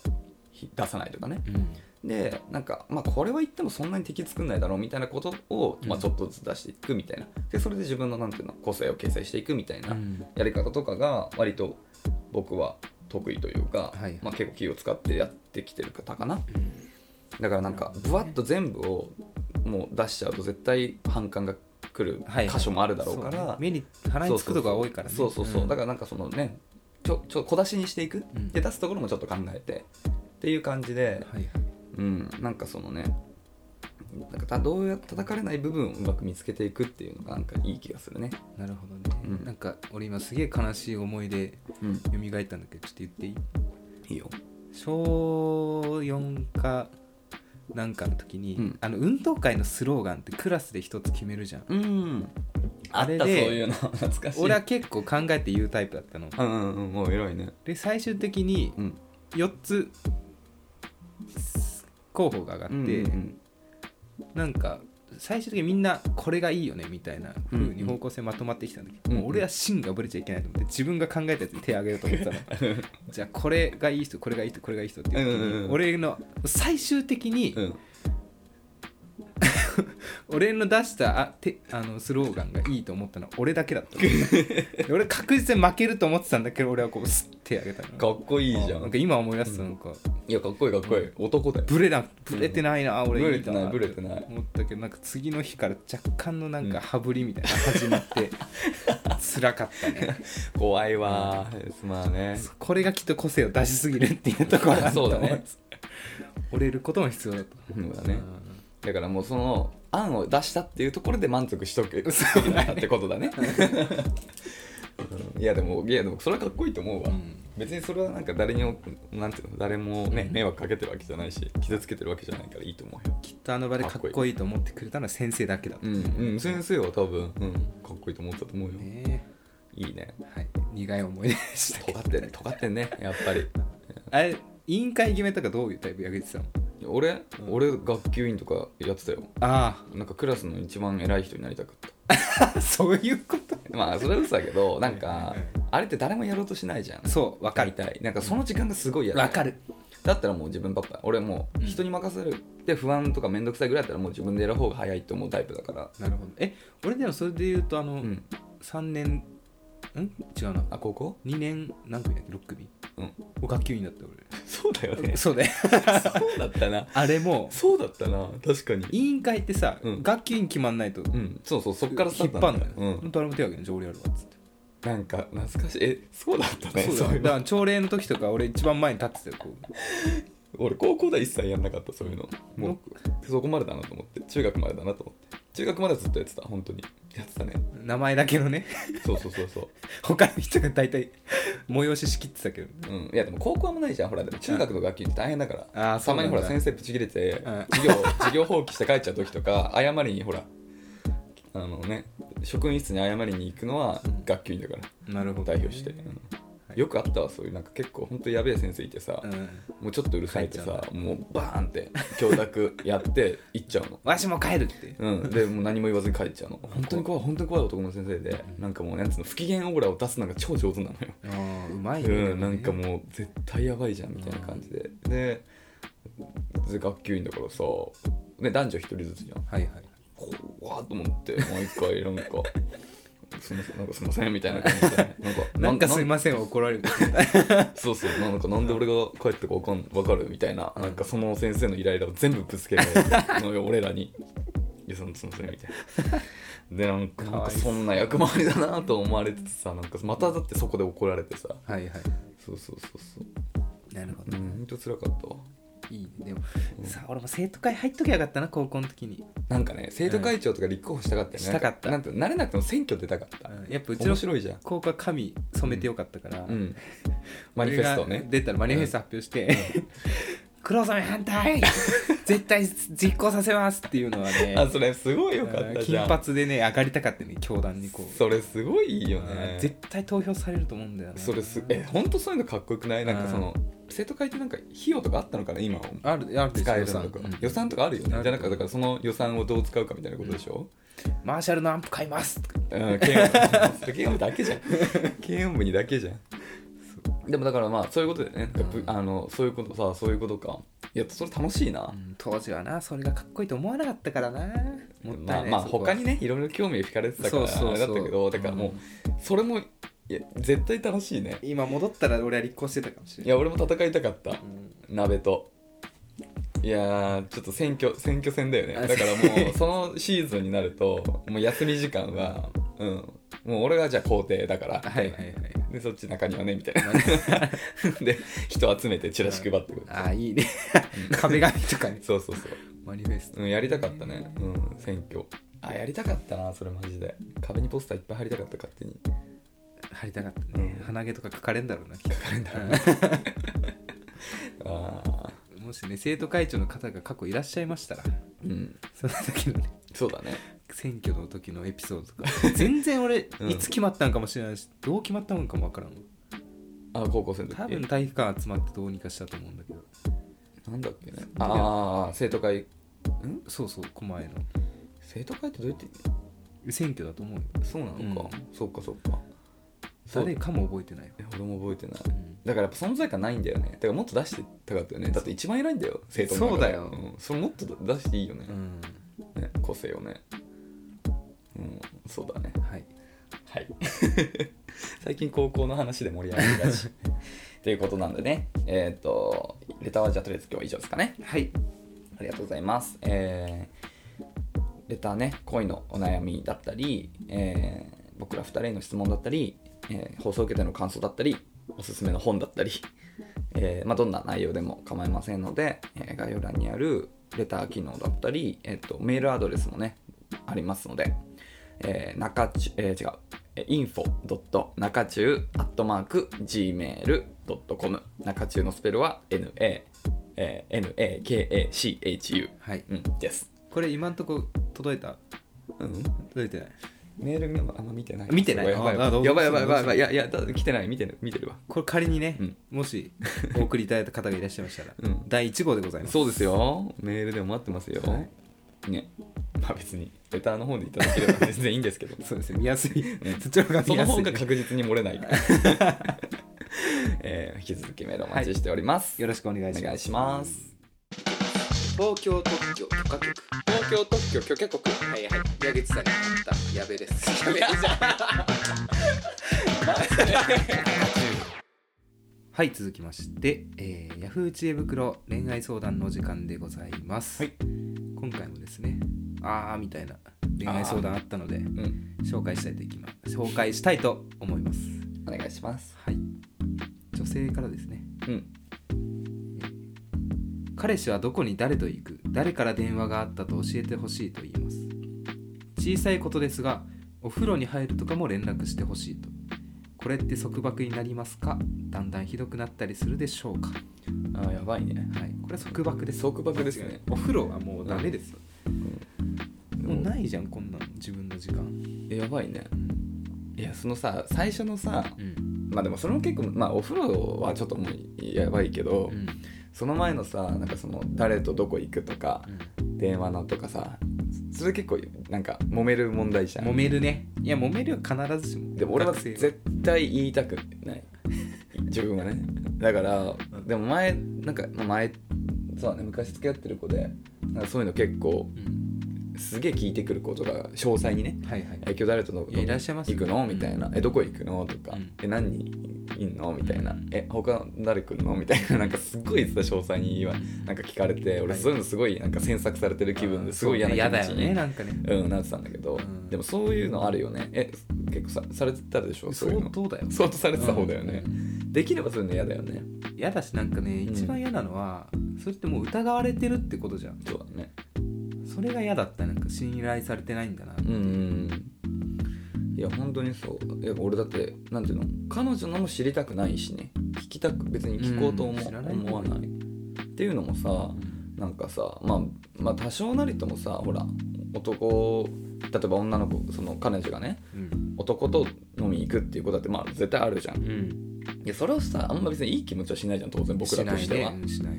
ひ出さないとかね
うん
でなんか、まあ、これは言ってもそんなに敵作んないだろうみたいなことを、まあ、
うん
ちょっとずつ出していくみたいなでそれで自分のなんていうの個性を形成していくみたいな
うん
やり方とかが割と僕は得意というか、
はい
まあ、結構気を使ってやってきてる方かな
うん
だからなんかぶわっと全部をもう出しちゃうと絶対反感が来る
はいはい
箇所もあるだろうから、
そね目に鼻につくとか多いからね
そうそうそう、
ん
だからなんかそのねちょちょ小出しにしていく、
うん
で出すところもちょっと考えてっていう感じで、
はいはい
うん、なんかそのねなんかたどうや叩かれない部分をうまく見つけていくっていうのがなんかいい気がするね、
なるほどね、
うん
なんか俺今すげえ悲しい思いで
うん、
蘇ったんだけどちょっと言っていい
いいよ
小4かなんかの時に、
うん
あの運動会のスローガンってクラスで一つ決めるじゃん
うんあった
あ
そ
れ
う
で
いうの懐かしい
俺は結構考えて言うタイプだったの
うんうんうんもう偉いね
で最終的に
うん
4つ候補が上がって、
うん
なんか最終的にみんなこれがいいよねみたいな風に方向性まとまってきたんだけど、
うん
もう俺は芯がぶれちゃいけないと思って自分が考えたやつに手を挙げようと思って たのじゃあこれがいい人これがいい人これがいい人って言って、
うんうんうん
俺の最終的に
うん
俺の出したあてあのスローガンがいいと思ったのは俺だけだ ったので俺確実に負けると思ってたんだけど俺はこうスッて挙げたの
かっこいいじゃ
なん
ん
か今思い出すとなんか
いやかっこいいかっこいい、男だよ
ブレなブレてないな、俺
ブ
い
レ
い
て
と
ない
思
ブレてない
ったけどなんか次の日から若干のなんか羽振りみたいなのが始ま って辛かったね
怖いわー、まあね
これがきっと個性を出しすぎるっていうところだと思
そうだね
折れることも必要だと
そうだねだからもうその案を出したっていうところで満足し とけそうだってことだねいやでもいやでもそれはかっこいいと思うわ、
うん
別にそれはなんか誰にもなんていうの誰もね、
うん
迷惑かけてるわけじゃないし傷つけてるわけじゃないからいいと思うよ
きっとあの場でかっこいいと思ってくれたのは先生だけだと、
うん、うん、先生は多分、うん、かっこいいと思ったと思うよ、
ね
いいね
はい苦い思い出でしたけ
尖
ど
ってんね尖ってんねやっぱり
あれ委員会決めとかどういうタイプやげてたの
俺俺学級委員とかやってたよ
あ
なんかクラスの一番偉い人になりたかった
あ そういうこと
まあそれは嘘だけどなんか
はいはい
あれって誰もやろうとしないじゃん
そう分
分か
か
り
る
たいなんかその時間がすごい嫌だ
分かる
だったらもう自分ばっか俺もう人に任せるって不安とか面倒くさいぐらいだったらもう自分でやる方が早いと思うタイプだから
なるほどえ俺でもそれで言うとあの、
うん
3年ん違うな
あ高校
2年何組だっけ6組
うん
お学級委員だった
そうだよ
俺
ね そ
そうだよ
うだったな
あれも
そうだったな確かに
委員会ってさ、
うん
学級委員決まんないと
うんそうそうそっからスタ
引
ー
っ
ト
張
なん
のよ、
うん
誰も手を挙げないじゃあ俺やるわっつって
なんか懐かしいえそうだったね
そうだ
い
よ
え
だ
ば
から朝礼の時とか俺一番前に立ってたよこう
俺高校では一切やんなかったそういうのもうそこまでだなと思って中学までだなと思って中学までずっとやってた本当にやってたね
名前だけのね
そうそうそうそう
他の人が大体催し仕切ってたけど
うん、いやでも高校もないじゃんほらでも中学の学級って大変だから、
あーそ
た
うな
ま
ん
に
だ
ほら先生ブチ切れて、
うん
授業 授業放棄して帰っちゃう時とか謝りにほらあのね職員室に謝りに行くのは学級委員だから、
なるほ
代表して、うんよくあったわそういうなんか結構ほんとやべえ先生いてさ、
うん
もうちょっとうるさい
帰
と
っ
さもうバーンって教託やって行っちゃ うの
わしも帰るって
うん、でもう何も言わずに帰っちゃうの本当に怖い本当に怖い男の先生でなんかもうなんつうの不機嫌オーラを出すのが超上手なのよ
ああうまいね
うん、なんかもう絶対やばいじゃんみたいな感じで、でで学級委員だからさ、ね、男女一人ずつじゃん
はいはい
怖っと思って毎回なんか「すいませんなんかすいません」みたいな感じでなんか
なんかすい
せん
ません怒られる
そうそうなんかなんで俺が帰ったかわかんわかるみたいななんかその先生のイライラを全部ぶつけるのよ 俺らに「いやそのすいません」みたいなでなんか
か
なん
わ
か
いそう
そんな役回りだなと思われててさなんかまただってそこで怒られてさ
はいは
そうそうそうそう
いなるほ
う
ど
ん、ほんと辛かったわ。
いいねでもさ俺も生徒会入っときゃよかったな高校の時に
なんかね、生徒会長とか立候補したかったよね。
うんしたかった
なんてなれなくても選挙出たかった。
うんやっぱうちの
面白いじゃん。
高校は髪染めてよかったから
うん。マニフェストを
俺が
ね。
出たらマニフェスト発表して「 黒染め反 対絶対実行させます」っていうのはね
あ、それすごいよかったじ
金
ゃん。
髪でね上がりたかったね教団にこう
それすごいいいよね。
絶対投票されると思うんだよね
それす、え、ほんとそういうのかっこよくないなんかその、生徒会ってなんか費用とかあったのかな、今
あるあるでしょ
使える
予
の
算
とか
うん。
予算とかあるよね
あ。る
じゃあなんかだからその予算をどう使うかみたいなことでしょ
マーシャルのアンプ買いますとか
うん、慶応 それ慶応だ けじゃん慶応部にだけじゃんでもだからまあそういうことでね、なんかぶ
うん
あのそういうことさそういうことかいやそれ楽しいな
う、ん当時はなそれがかっこいいと思わなかったからなもったいない
まあまあ
そこは
他にねいろいろ興味を惹かれてたか
そ
ら
うそうそう
あれだったけどだからもう、それもいや絶対楽しいね
今戻ったら俺は立候補してたかもしれ
い
ない
や俺も戦いたかった
うん
鍋といやーちょっと選挙選挙戦だよね
あ
だか らもうそのシーズンになるともう休み時間は、うん、もう俺がじゃあ皇帝だから、
はいはいはい
でそっち中にはねみたいな で人集めてチラシ配ってくる
ああいいね壁紙とかね
そうそうそ
マニフェスト
う、うん、やりたかったねうん選挙あやりたかったなそれマジで壁にポスターいっぱい貼りたかった勝手に
貼りたかったね、
うん
鼻毛とか書かれんだろうなきっと
ああ
うん もしね生徒会長の方が過去いらっしゃいましたら
うん
その時のね
そうだね
選挙の時のエピソードとか全然 俺
うん
いつ決まったんかもしれないし、どう決まったのかもわからん
あ高校生の時
多分体育館集まってどうにかしたと思うんだけど
なんだっけねああ生徒会ん
そうそう狛江の
生徒会ってどうやって
選挙だと思うよ
そうなのか、そうかそうかそう
誰かも覚えてないわ
いや俺も覚えてない
うん
だからやっぱ存在感ないんだよねだからもっと出してたかったよねだって一番偉いんだよ生徒の中
そうだ
で
よ
んそれもっと出していいよね、
うん
ね、個性をねうんそうだね
はい
はい 最近高校の話で盛り上がりだし ということなんでねえっ、とレターはじゃあとりあえず今日は以上ですかね
はい
ありがとうございますえーレターね恋のお悩みだったり、えー僕ら2人への質問だったり、えー放送を受けての感想だったりおすすめの本だったり、えーまあ、どんな内容でも構いませんので、えー概要欄にあるレター機能だったり、えっとメールアドレスもねありますので、えー中中えー違う、えー info.nakachu.gmail.com 中中のスペルは NA、えー NAKACHU、
はい
うん、です、
これ今んとこ届いた
うん、
届いてない
メール見あんま見てない
見てない
やばい
あ
や
ど
ば
う
い
ぞ
やばいやばいやばいやばいいやいやだ来てない見てる見てるわ
これ仮にね、
うん
もしお送りいただいた方がいらっしゃいましたら、
うん
第1号でございます
そうですよメールでも待ってますよ、
は
ねまあ別にレターの方でいただければ全然いいんですけ ど
そうですね見やすい、
ん
そっちの方が
そ
見
の
やす
方
い
が確実に漏れ ないから、えー引き続きメールお待ちしております、
よろしくお願いし
お願
ま
い
す
します
東京特許許可局
東京特許許可局
はいはい矢口さんに会ったやべですやべですはい続きまして、えー、ヤフー知恵袋恋愛相談のお時間でございます、
はい
今回もですねあーみたいな恋愛相談あったので
うん
紹介したいといきます紹介したいと思います
お願いします
はい女性からですね
うん
彼氏はどこに誰と行く誰から電話があったと教えてほしいと言います小さいことですがお風呂に入るとかも連絡してほしいとこれって束縛になりますかだんだんひどくなったりするでしょうか
あーやばいね
はいこれ束縛です
束縛ですね
間違いないお風呂はもうダメですよ、もう
もう
ないじゃんこんなん自分の時間
やばいね
うん、
いやそのさ最初のさまあでもそれも結構まあお風呂はちょっともうやばいけど、
うん
その前のさなんかその誰とどこ行くとか電話なんとかさそれ結構なんか揉める問題じゃん
揉めるねいや揉めるよ必ずしも
でも俺は
学生
絶対言いたくない自分はねだから
ん
でも前なんかまあ前そうだね昔付き合ってる子でなんかそういうの結構
うん
すげえ聞いてくる子とか詳細にね
はいはい
「え今日誰との
いやいらっしゃいますよ
行くの?」みたいな「えどこ行くの?」とか
うん
「え何人いんの?」みたいな
うん
「え他誰来るの?」みたいな なんかすごいさ詳細に言わなんか聞かれて俺
はい
そういうのすごいなんか詮索されてる気分ですごい嫌な気
そうね
持
だ
ち
よ
に
ねなんかね
うん、なってたんだけど、
うん
でもそういうのあるよねえ結構さされてたでしょそういう
相
の
当だよ
相当されてた方だよね、
うん
できればそういうの嫌だよね
嫌だしなんかね
うん
一番嫌なのは、それってもう疑われてるってことじゃん
そうだね
それが嫌だったなんか信頼されてないんだな、
うんうんいや本当にそういや俺だってなんていうの彼女のも知りたくないしね聞きたく別に聞こうと思,、
うん知らない
思わないっていうのもさなんかさ、まあ、まあ多少なりともさほら男例えば女の子その彼女がね
うん
男と飲みに行くっていうことだってまあ絶対あるじゃん
うん、
いやそれをさあんま別にいい気持ちはしないじゃん当然僕らとして
しな
は
いねうんしない、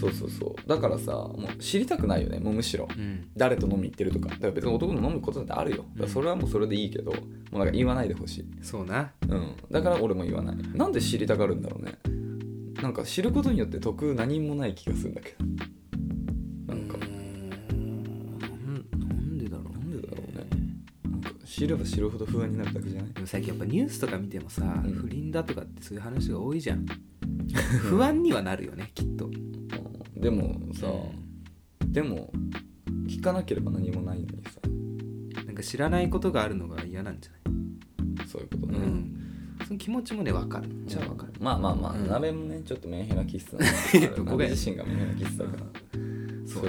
そうそうそうだからさもう知りたくないよねもうむしろ
うん
誰と飲み行ってるとかだから別に男と飲むことなんてあるよだからそれはもうそれでいいけど、もうなんか言わないでほしい、
そうな
うん、だから俺も言わないなんで知りたがるんだろうねなんか知ることによって得何もない気がするんだけどなんか
うーんなんなんでだろう
なんでだろうねなんか知れば知るほど不安になるだけじゃない
でも最近やっぱニュースとか見てもさ、
うん
不倫だとかってそういう話が多いじゃ ん不安にはなるよねきっと
うんでもさ、でも聞かなければ何もないのにさ
なんか知らないことがあるのが嫌なんじゃない
そういうこと
う
ね、
ん、その気持ちもね分かるじゃあ分かる、
まあまあまあ、
うん
鍋もねちょっとメンヘラ気質 なんで
どこが
鍋自身がメンヘラ気質だから、
そう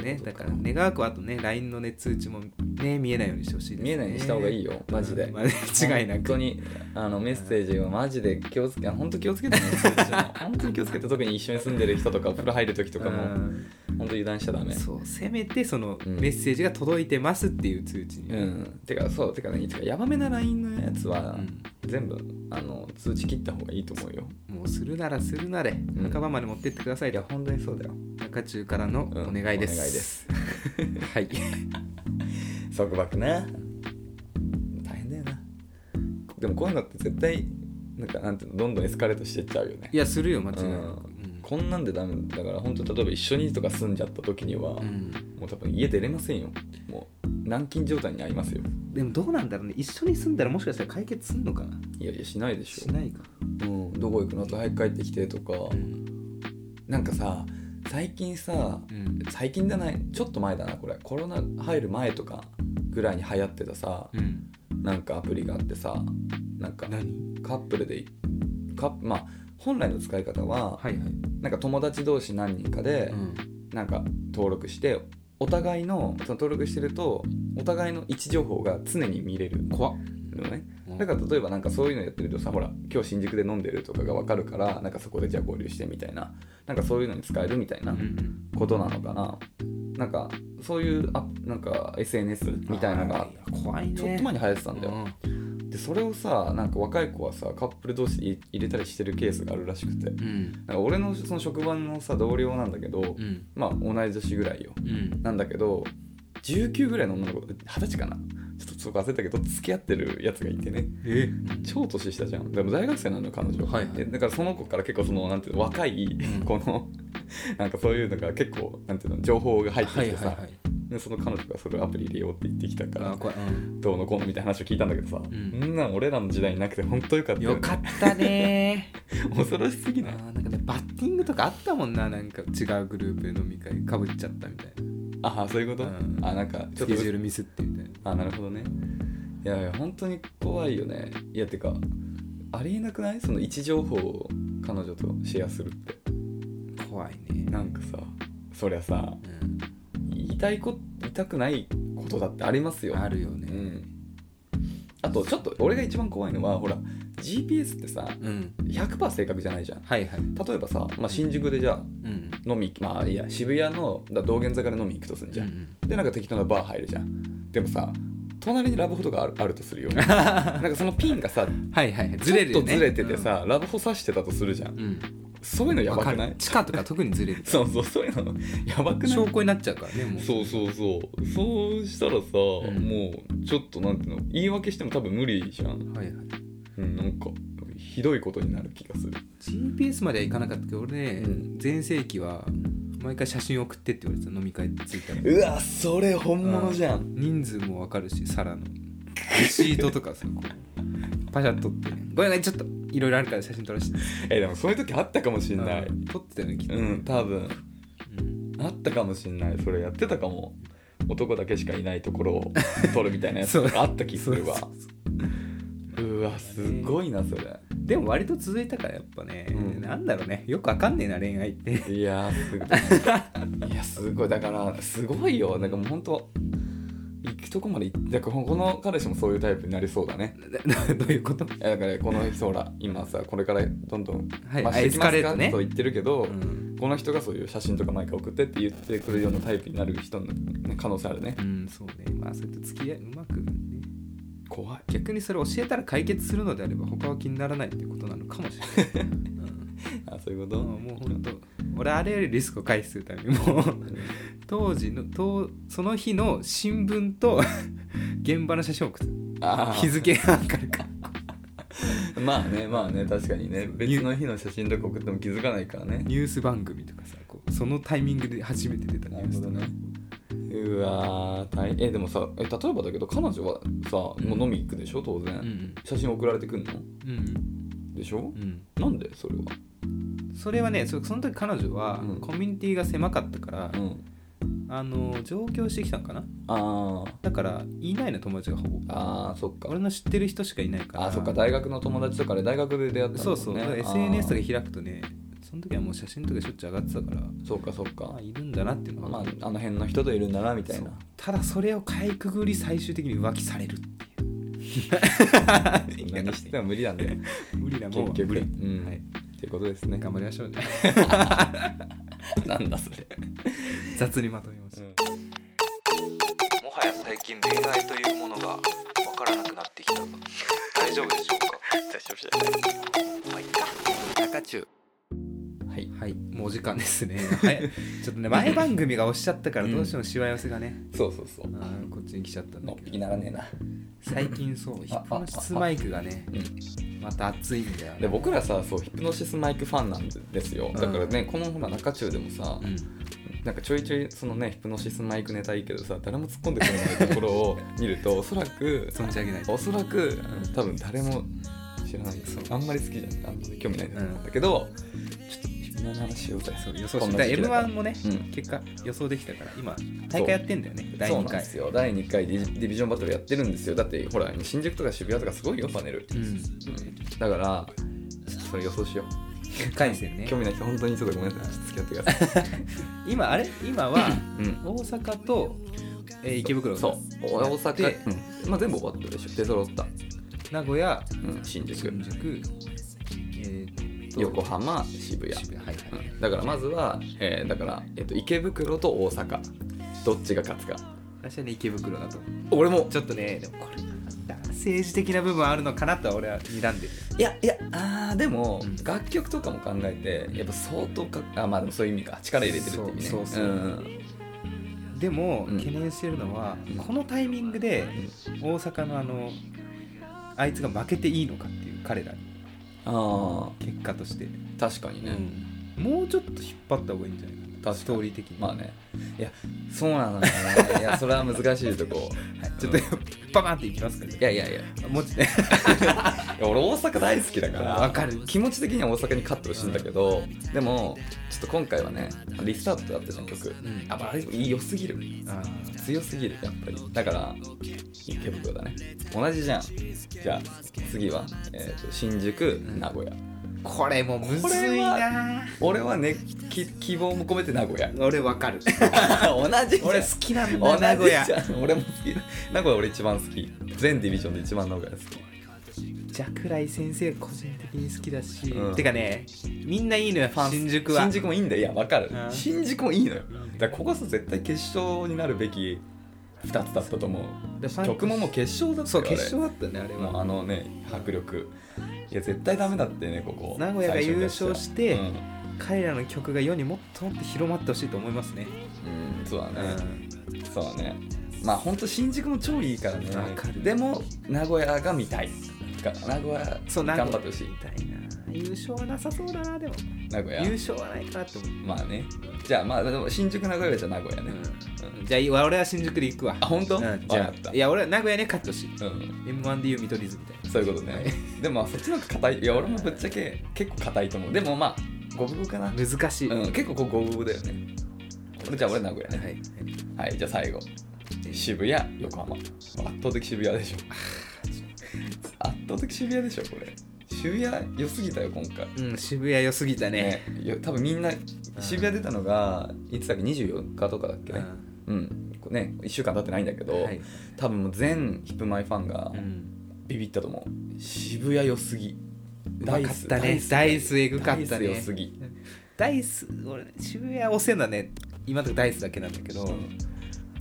ね
そうい
だ
うこ
か
と
ら願わくはあとね LINE のね通知もね見えないようにしてほしいですね
見えないようにした方がいいよマジで
うんまあね間違いな
本
く
当にあのメッセージはマジで気をつけ本当気をつけてねそういう の本当に気をつけて特に一緒に住んでる人とかお風呂入る時とかも
うん
本当油断しちゃダメ
そうせめてその
うん
メッセージが届いてますっていう通知に、
うんてかそうてかねてかヤバめな LINE のやつは、
うん
全部あの通知切った方がいいと思うよ
もうするならするなれ
ん
半ばまで持ってってください
いや
と
本当にそうだよ
中中からのお願いです、
うんお願いで
はい
束縛ね大変だよなでもこういうのって絶対なんかなんていうのどんどんエスカレートしてっちゃうよね
いやするよ間違いなく
うん、こんなんでダメだから本当例えば一緒にとか住んじゃった時には、
うんうん
もう多分家出れませんよもう軟禁状態にありますよ
でもどうなんだろうね一緒に住んだらもしかしたら解決すんのかない
やいやしないでしょ
しないか、
うん、どこ行くのと早く帰ってきてとか、
うん
なんかさ最近さ
うん
最近じゃないちょっと前だなこれコロナ入る前とかぐらいに流行ってたさ
うん、
なんかアプリがあってさなんか
何
カップルでカップまあ本来の使い方は、
はいはい、
なんか友達同士何人かで、なんか登録してお互いのその登録してるとお互いの位置情報が常に見れる
怖っ
のねだから例えばなんかそういうのやってるとさほら今日新宿で飲んでるとかが分かるからなんかそこでじゃあ合流してみたいななんかそういうのに使えるみたいな
うん
ことなのかななんかそういうアプなんか SNS みたいなのが
あー怖いね
ちょっと前に流行ってたんだよでそれをさなんか若い子はさカップル同士で入入れたりしてるケースがあるらしくて
うん
なんか俺のその職場のさ同僚なんだけど、
うん
まあ同い年ぐらいよ
うん
なんだけど19ぐらいの女の子二十歳かなちょっとそこ忘れたけど付き合ってるやつがいてね
え
超年下じゃんでも大学生なのよ彼女
はいはい
でだからその子から結構そのなんていうの若い、
うん
この なんかそういうのが結構なんていうの情報が入ってきてさ、
い
でその彼女がそれをアプリ入れようって言ってきたか
あ
ら
ー怖い、うん
どうのこうのみたいな話を聞いたんだけどさ、
ん
そんなん俺らの時代になくて本当よかった
よかったね
た恐ろしすぎ
ー
ない
あーなんかねバッティングとかあったもんななんか違うグループで飲み会かぶっちゃったみたいな
ああそういうこと、
うん
あなんかち
ス
ょっと
ケジュールミスってみたいな
あなるほどねいやいや本当に怖いよねいやてかありえなくないその位置情報を彼女とシェアするって
怖いね
なんかさそりゃさ言いたいこ言いたくないことだってあります
う
よ
ん、あるよ
う
ね
ん、あとちょっと俺が一番怖いのはほら GPS ってさ
うん
100%正確じゃないじゃん
はいはい
例えばさ、まあ、新宿でじゃあ
うん
飲みまあいや渋谷のだ道玄坂で飲み行くとするじゃん、でなんか適当なバー入るじゃんでもさ隣にラブホとかあるあるとするよ なんかそのピンがさ
はいはいはいずれる
ちょ
よ
っ
ね
とずれててさ、ラブホ刺してたとするじゃん
うん、うん
そういうのやば
わか
く
る
ない
地下とか特にずれる
そうそうそういうのやばくない
証拠になっちゃうからねもう
そうそうそうそうしたらさ、
ん
もうちょっとなんていうの言い訳しても多分無理じゃん、
はいはい
うん、なんかひどいことになる気がする
GPS までは行かなかったけど俺ね
うん
全盛期は毎回写真送ってって言われてた飲み会着いたら
うわそれ本
う人数もわかるしサラのレシートとかさこうパシャッとってねごめんねちょっといろいろあるから写真撮らせて
えでもそういう時あったかもしんない
うん撮ってたよねきっと、
うん多分
うん
あったかもしんないそれやってたかも男だけしかいないところ を撮るみたいなやつとかあった気するわ
そうそう
うわすごいなそれ
でも割と続いたからやっぱね、
うん
なんだろうねよくわかんねえな恋愛って
いやーすごいいやすごいだからすごいよなんかもう本当行くとこまで行ってこのこの彼氏もそういうタイプになりそうだね
ななどういうこと
いやだからこの人ほら今さこれからどんどん
はい
増していき
エス
ますか
カレートね
と言ってるけど、
うん、
この人がそういう写真とか毎回送ってって言ってくれるようなタイプになる人のね可能性あるね
うん、そうねまあそうやって付き合いうまくね
怖い
逆にそれを教えたら解決するのであれば他は気にならないってことなのかもしれ ない、うん
あそういうこ
まあ
と、
もう本当俺あれよりリスクを回避するために もう当時の当その日の新聞と 現場の写真を送って
あー
日付がわかるか
まあねまあね確かにね別の日の写真とか送っても気づかないからね
ニュース番組とかさこうそのタイミングで初めて出たニュースとか、
なるうわー大変えでもさえ例えばだけど彼女はさ、
ん
もう飲み行くでしょ当然、
うん
写真送られてくんの
うん
でしょ
う、ん
なんでそれは
それはねそその時彼女は
うん
コミュニティが狭かったから、
ん
あの上京してきたのかな
あー
だからいないの友達がほぼ
あーそっか
俺の知ってる人しかいないから
あーそっか大学の友達とかで大学で出会ったんだもんね
そうそう、だから
あー
SNS とか開くとねその時はもう写真とかしょっちゅう上がってたから
そっかそっか、
まあいるんだなっていうの
ま
が
あ、あの辺の人といるんだなみたいな
そうただそれをかいくぐり最終的に浮気されるっていう
何しても無理なんだ よ
無理なもん
結
は
局
無理
うん、
はい
っていうことですね
頑張りましょうね
なんだそれ
雑にまとめました、
もはや最近恋愛というものがわからなくなってきた大丈夫でしょうか大丈夫じゃないはい中中
はい
はいもうお時間ですね早いちょっとね前番組が押しちゃったからどうしてもしわ寄せがね、
そうそうそう
あーこっちに来ちゃったんだ
のっ
け
ぴ
ど
きならねえな
最近そうヒップの室マイクがねまた熱いんだよね
で僕らさそうヒプノシスマイクファンなんですよだからね、このほら中中でもさ、
うん
なんかちょいちょいそのねヒプノシスマイクネタいいけどさ誰も突っ込んでくれないところを見るとおそらく
存じ上げない
おそらく多分誰も知らない
そう
あんまり好きじゃないあんまり興味ないんだと思うんだけど、ちょっとヒプノの話しようぜ
そう予想
こ
し
ん
て
な時期だから
M1 もね、
うん
結果予想できたから今大会やってんだよね第
そう
2
なんで
回
すよ第2回ディディビジョンバトルやってるんですよだってほら新宿とか渋谷とかすごいよパネル、
うん
うんだからちょっとそれ予想しよう、
1回戦ね
興味ない人本当にちょっとごめんなさいちょっと付き合って ください、
今あれ今 は
うん
大阪と、えー池袋が
そうお大阪
で、
うんまあ、全部終わったでしょ出揃った、
名古屋
うん、新宿
新宿、えーっと
横浜渋谷
渋谷はいはい、
うんだからまずは、えーだから、えっと池袋と大阪どっちが勝つか
私はね池袋だと思う
俺も
ちょっとねでもこれ政治的な部分はあるのかなとは俺は睨んでる
いやいやあーでも、
うん
楽曲とかも考えてやっぱ相当かあまあでもそういう意味か力入れてるって意味ね
そうそうそうんでも、
うん
懸念してるのは、
うん
このタイミングで大阪のあのあいつが負けていいのかっていう彼らに
あ
結果として、
ー確かにね、
もうちょっと引っ張った方がいいんじゃないかな
かに
ストーリー的に
まあねいやそうなのよねい やそれは難しいとこ
はいちょっと ババンっていきますかね
いやいやいやい
もうちょっとね
や俺大阪大好きだから
わかる
気持ち的には大阪に勝ってほしいんだけど、でもちょっと今回はねリスタートだったじゃん曲、
ん
あまああれ良すぎる
あー
強すぎるやっぱりだから池袋だね同じじゃんじゃあ次は、えーと新宿名古屋
これもむずいな
俺はねき希望も込めて名 古屋
俺わかる
同じじゃん
俺好きなんだ
同 じ
名古屋
じゃん俺も好き名古屋俺一番好き全ディビジョンで一番名古屋好き
ジャクライ先生個人的に好きだし、
うん
てかねみんないいのよファン新宿は
新宿もいいんだよいや分かる、
うん
新宿もいいのよだからここさ絶対決勝になるべき2つだったと思う
でファン
曲ももう決勝だった
そう
よあれ
決勝だったねあれ
もう
は
あのね迫力いや絶対ダメだってねここ
名古屋が優勝して
うん、
彼らの曲が世にもっともっと広まってほしいと思いますね
うんそうだ
う
ね、
ん
そうだねまあ本当新宿も超いいからね
わかる
でも名古屋が見たいだから名古屋
そう名古屋
頑張ってほしい
みたいな優勝はなさそうだなでも
名古屋
優勝はないかなって思う、
まあねじゃあまあでも新宿名古屋じゃ名古屋ね、
うんじゃあ俺は新宿で行くわ
あ本当、
うん、じ
わ
ゃ
かっ
あ
た
いや俺は名古屋に勝ってほしい
うん、
m 1で言う見取り図みたい
そういうことねでもまあそっちの方が硬いいや俺もぶっちゃけ結構硬いと思うでもまあ五分かな、
な難しい、
うん、結構ここ五分だよね俺じゃあ俺名古屋ね
はい
はい、じゃあ最後。渋谷、横浜。圧倒的渋谷で しょ。圧倒的渋谷でしょ、これ。渋谷良すぎたよ、今回。
うん、渋谷良すぎたね。
いや多分みんな渋谷出たのがいつだっけ24日とかだっけねうん、こうね1週間経ってないんだけど、
はい
多分もう全ヒップマイファンが
うん、
ビビったと思う渋谷良すぎ
ダイスだね。ダイスエグかっ
ダ
た
イス良
ね。
すぎ
ダイス、俺、渋谷押せんだね。今とかダイスだけなんだけど、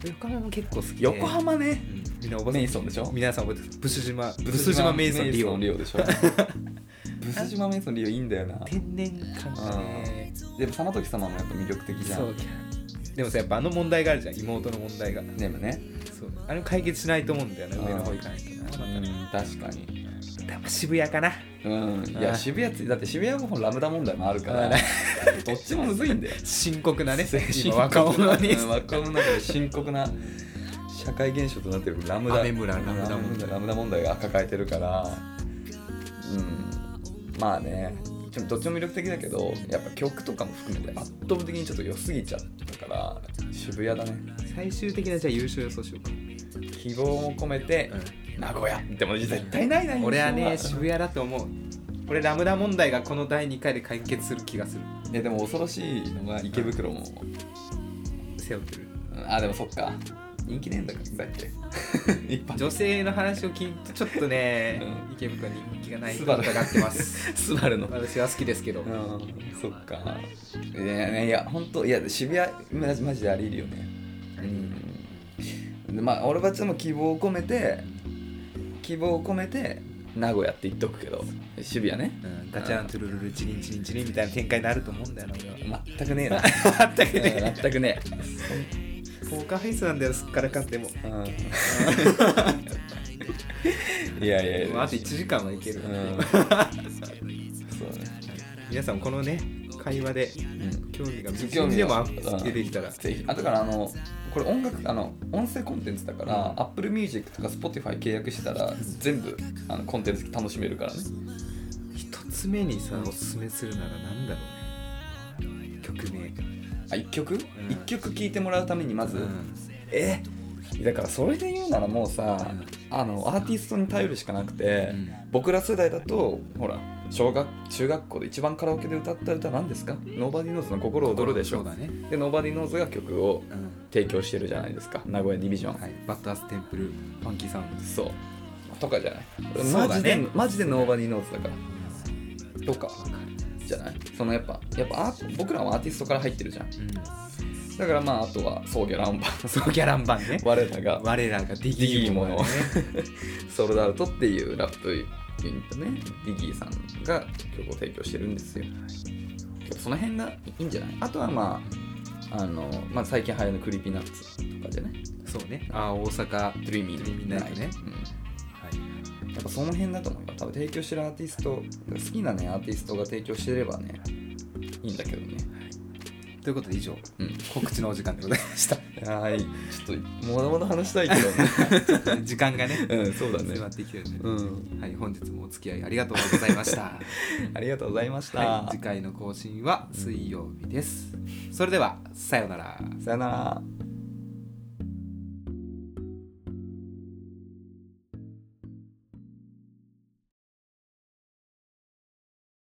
横浜も結構好きで。
横浜ね
うんみんな覚えて
メ
る
イソンでしょ
皆さん覚えてるブス島、ブス島メイソンリオ。
リオでしょブス島メイソンリオいいんだよな
天然感がね。
でもその時様もやっぱ魅力的じゃ。
そうんでもさ、やっぱあの問題があるじゃん、妹の問題が。
でもね
そうあれも解決しないと思うんだよね、
うん
上の方行かないと
う
な。
ん確かに
やっぱ渋谷かな。
うんいや
あー
渋谷つだって渋谷もラムダ問題もあるか
あ
らどっちもむずいんだよ
深刻なね、
深
今
刻な
若者に
うん若者で深刻な社会現象となってるラムダ
雨村ラムダ問題
ラムダ問題が抱えてるからうんまあねちょどっちも魅力的だけどやっぱ曲とかも含めて圧倒的にちょっと良すぎちゃったから渋谷だね
最終的なじゃあ優勝予想しようか、
希望も込めて、名古屋でも絶対ないな
俺はね
印象
渋谷だと思う俺ラムダ問題がこの第2回で解決する気がする
えでも恐ろしいのが池袋も、
背負ってる
あでもそっか人気ねえんだからだっけ一般
女性の話を聞いてちょっとね、
う
池袋に人気がない
ス
と
バル
疑ってます
スバルの
私は好きですけど、
うんそっかいやいやいや本当いや渋谷マジマジであり得るよねうんでまあ俺はちょっと希望を込めて希望を込めて名古屋って言っとくけど渋谷ね
うんガチャントゥルルルチリンチリンチリンみたいな展開になると思うんだよな俺は
全くねえな
全くね
全くねえ
ポーカーフェイスなんだよすっからかんでも
うんいやいやい
もうあ
や
と1時間はいけ る、
うんそうね
皆さんもこのね会話で
うん
興味が見つ
興味
でも
が
アップ出てきたら、
ぜひあだからあのこれ音楽あの音声コンテンツだから、
うん
Apple Music とか Spotify 契約してたら全部あのコンテンツ楽しめるからね
一つ目にさおすすめするならなんだろうね曲名
あ1曲、一曲聴いてもらうためにまず、えだからそれで言うならもうさ、あのアーティストに頼るしかなくて、僕ら世代だとほら小学中学校で一番カラオケで歌った歌なんですか「ノーバディノーズの心躍るでし
そ
ょ
うだね、
で「ノーバディノーズが曲を
うん
提供してるじゃないですか名古屋ディビジョン、
はい、バッターステンプルファンキーサウンド
そうとかじゃない
そう
マ
だ
ジで、
ね
マジでノーバディノーズだからとかじゃないそのやっぱやっぱアー僕らはアーティストから入ってるじゃんだからまああとはソーギャランバ
うん、そうギャラン版ね
我らが
我らがディギーモノ
デソルダウトっていうラップユニットねディギーさんが曲を提供してるんですよその辺がいいんじゃないあとはまああの、まあ、最近流行るクリーピーナッツとかじゃない
そうねあー大阪
ドリーミー
Dreamy Night ね
うん
はい
やっぱその辺だと思うよ。多分提供してるアーティスト、好きなね、アーティストが提供してればね、いいんだけどね。
ということで以上
うん。
告知のお時間でございました
はい。ちょっと、もだもだ話したいけどね。
時間がね
うん、そうだね。
迫ってきてるんで、
うん。
はい、本日もお付き合いありがとうございました
ありがとうございました。
はい、次回の更新は水曜日です。それでは、さようなら。
さよなら。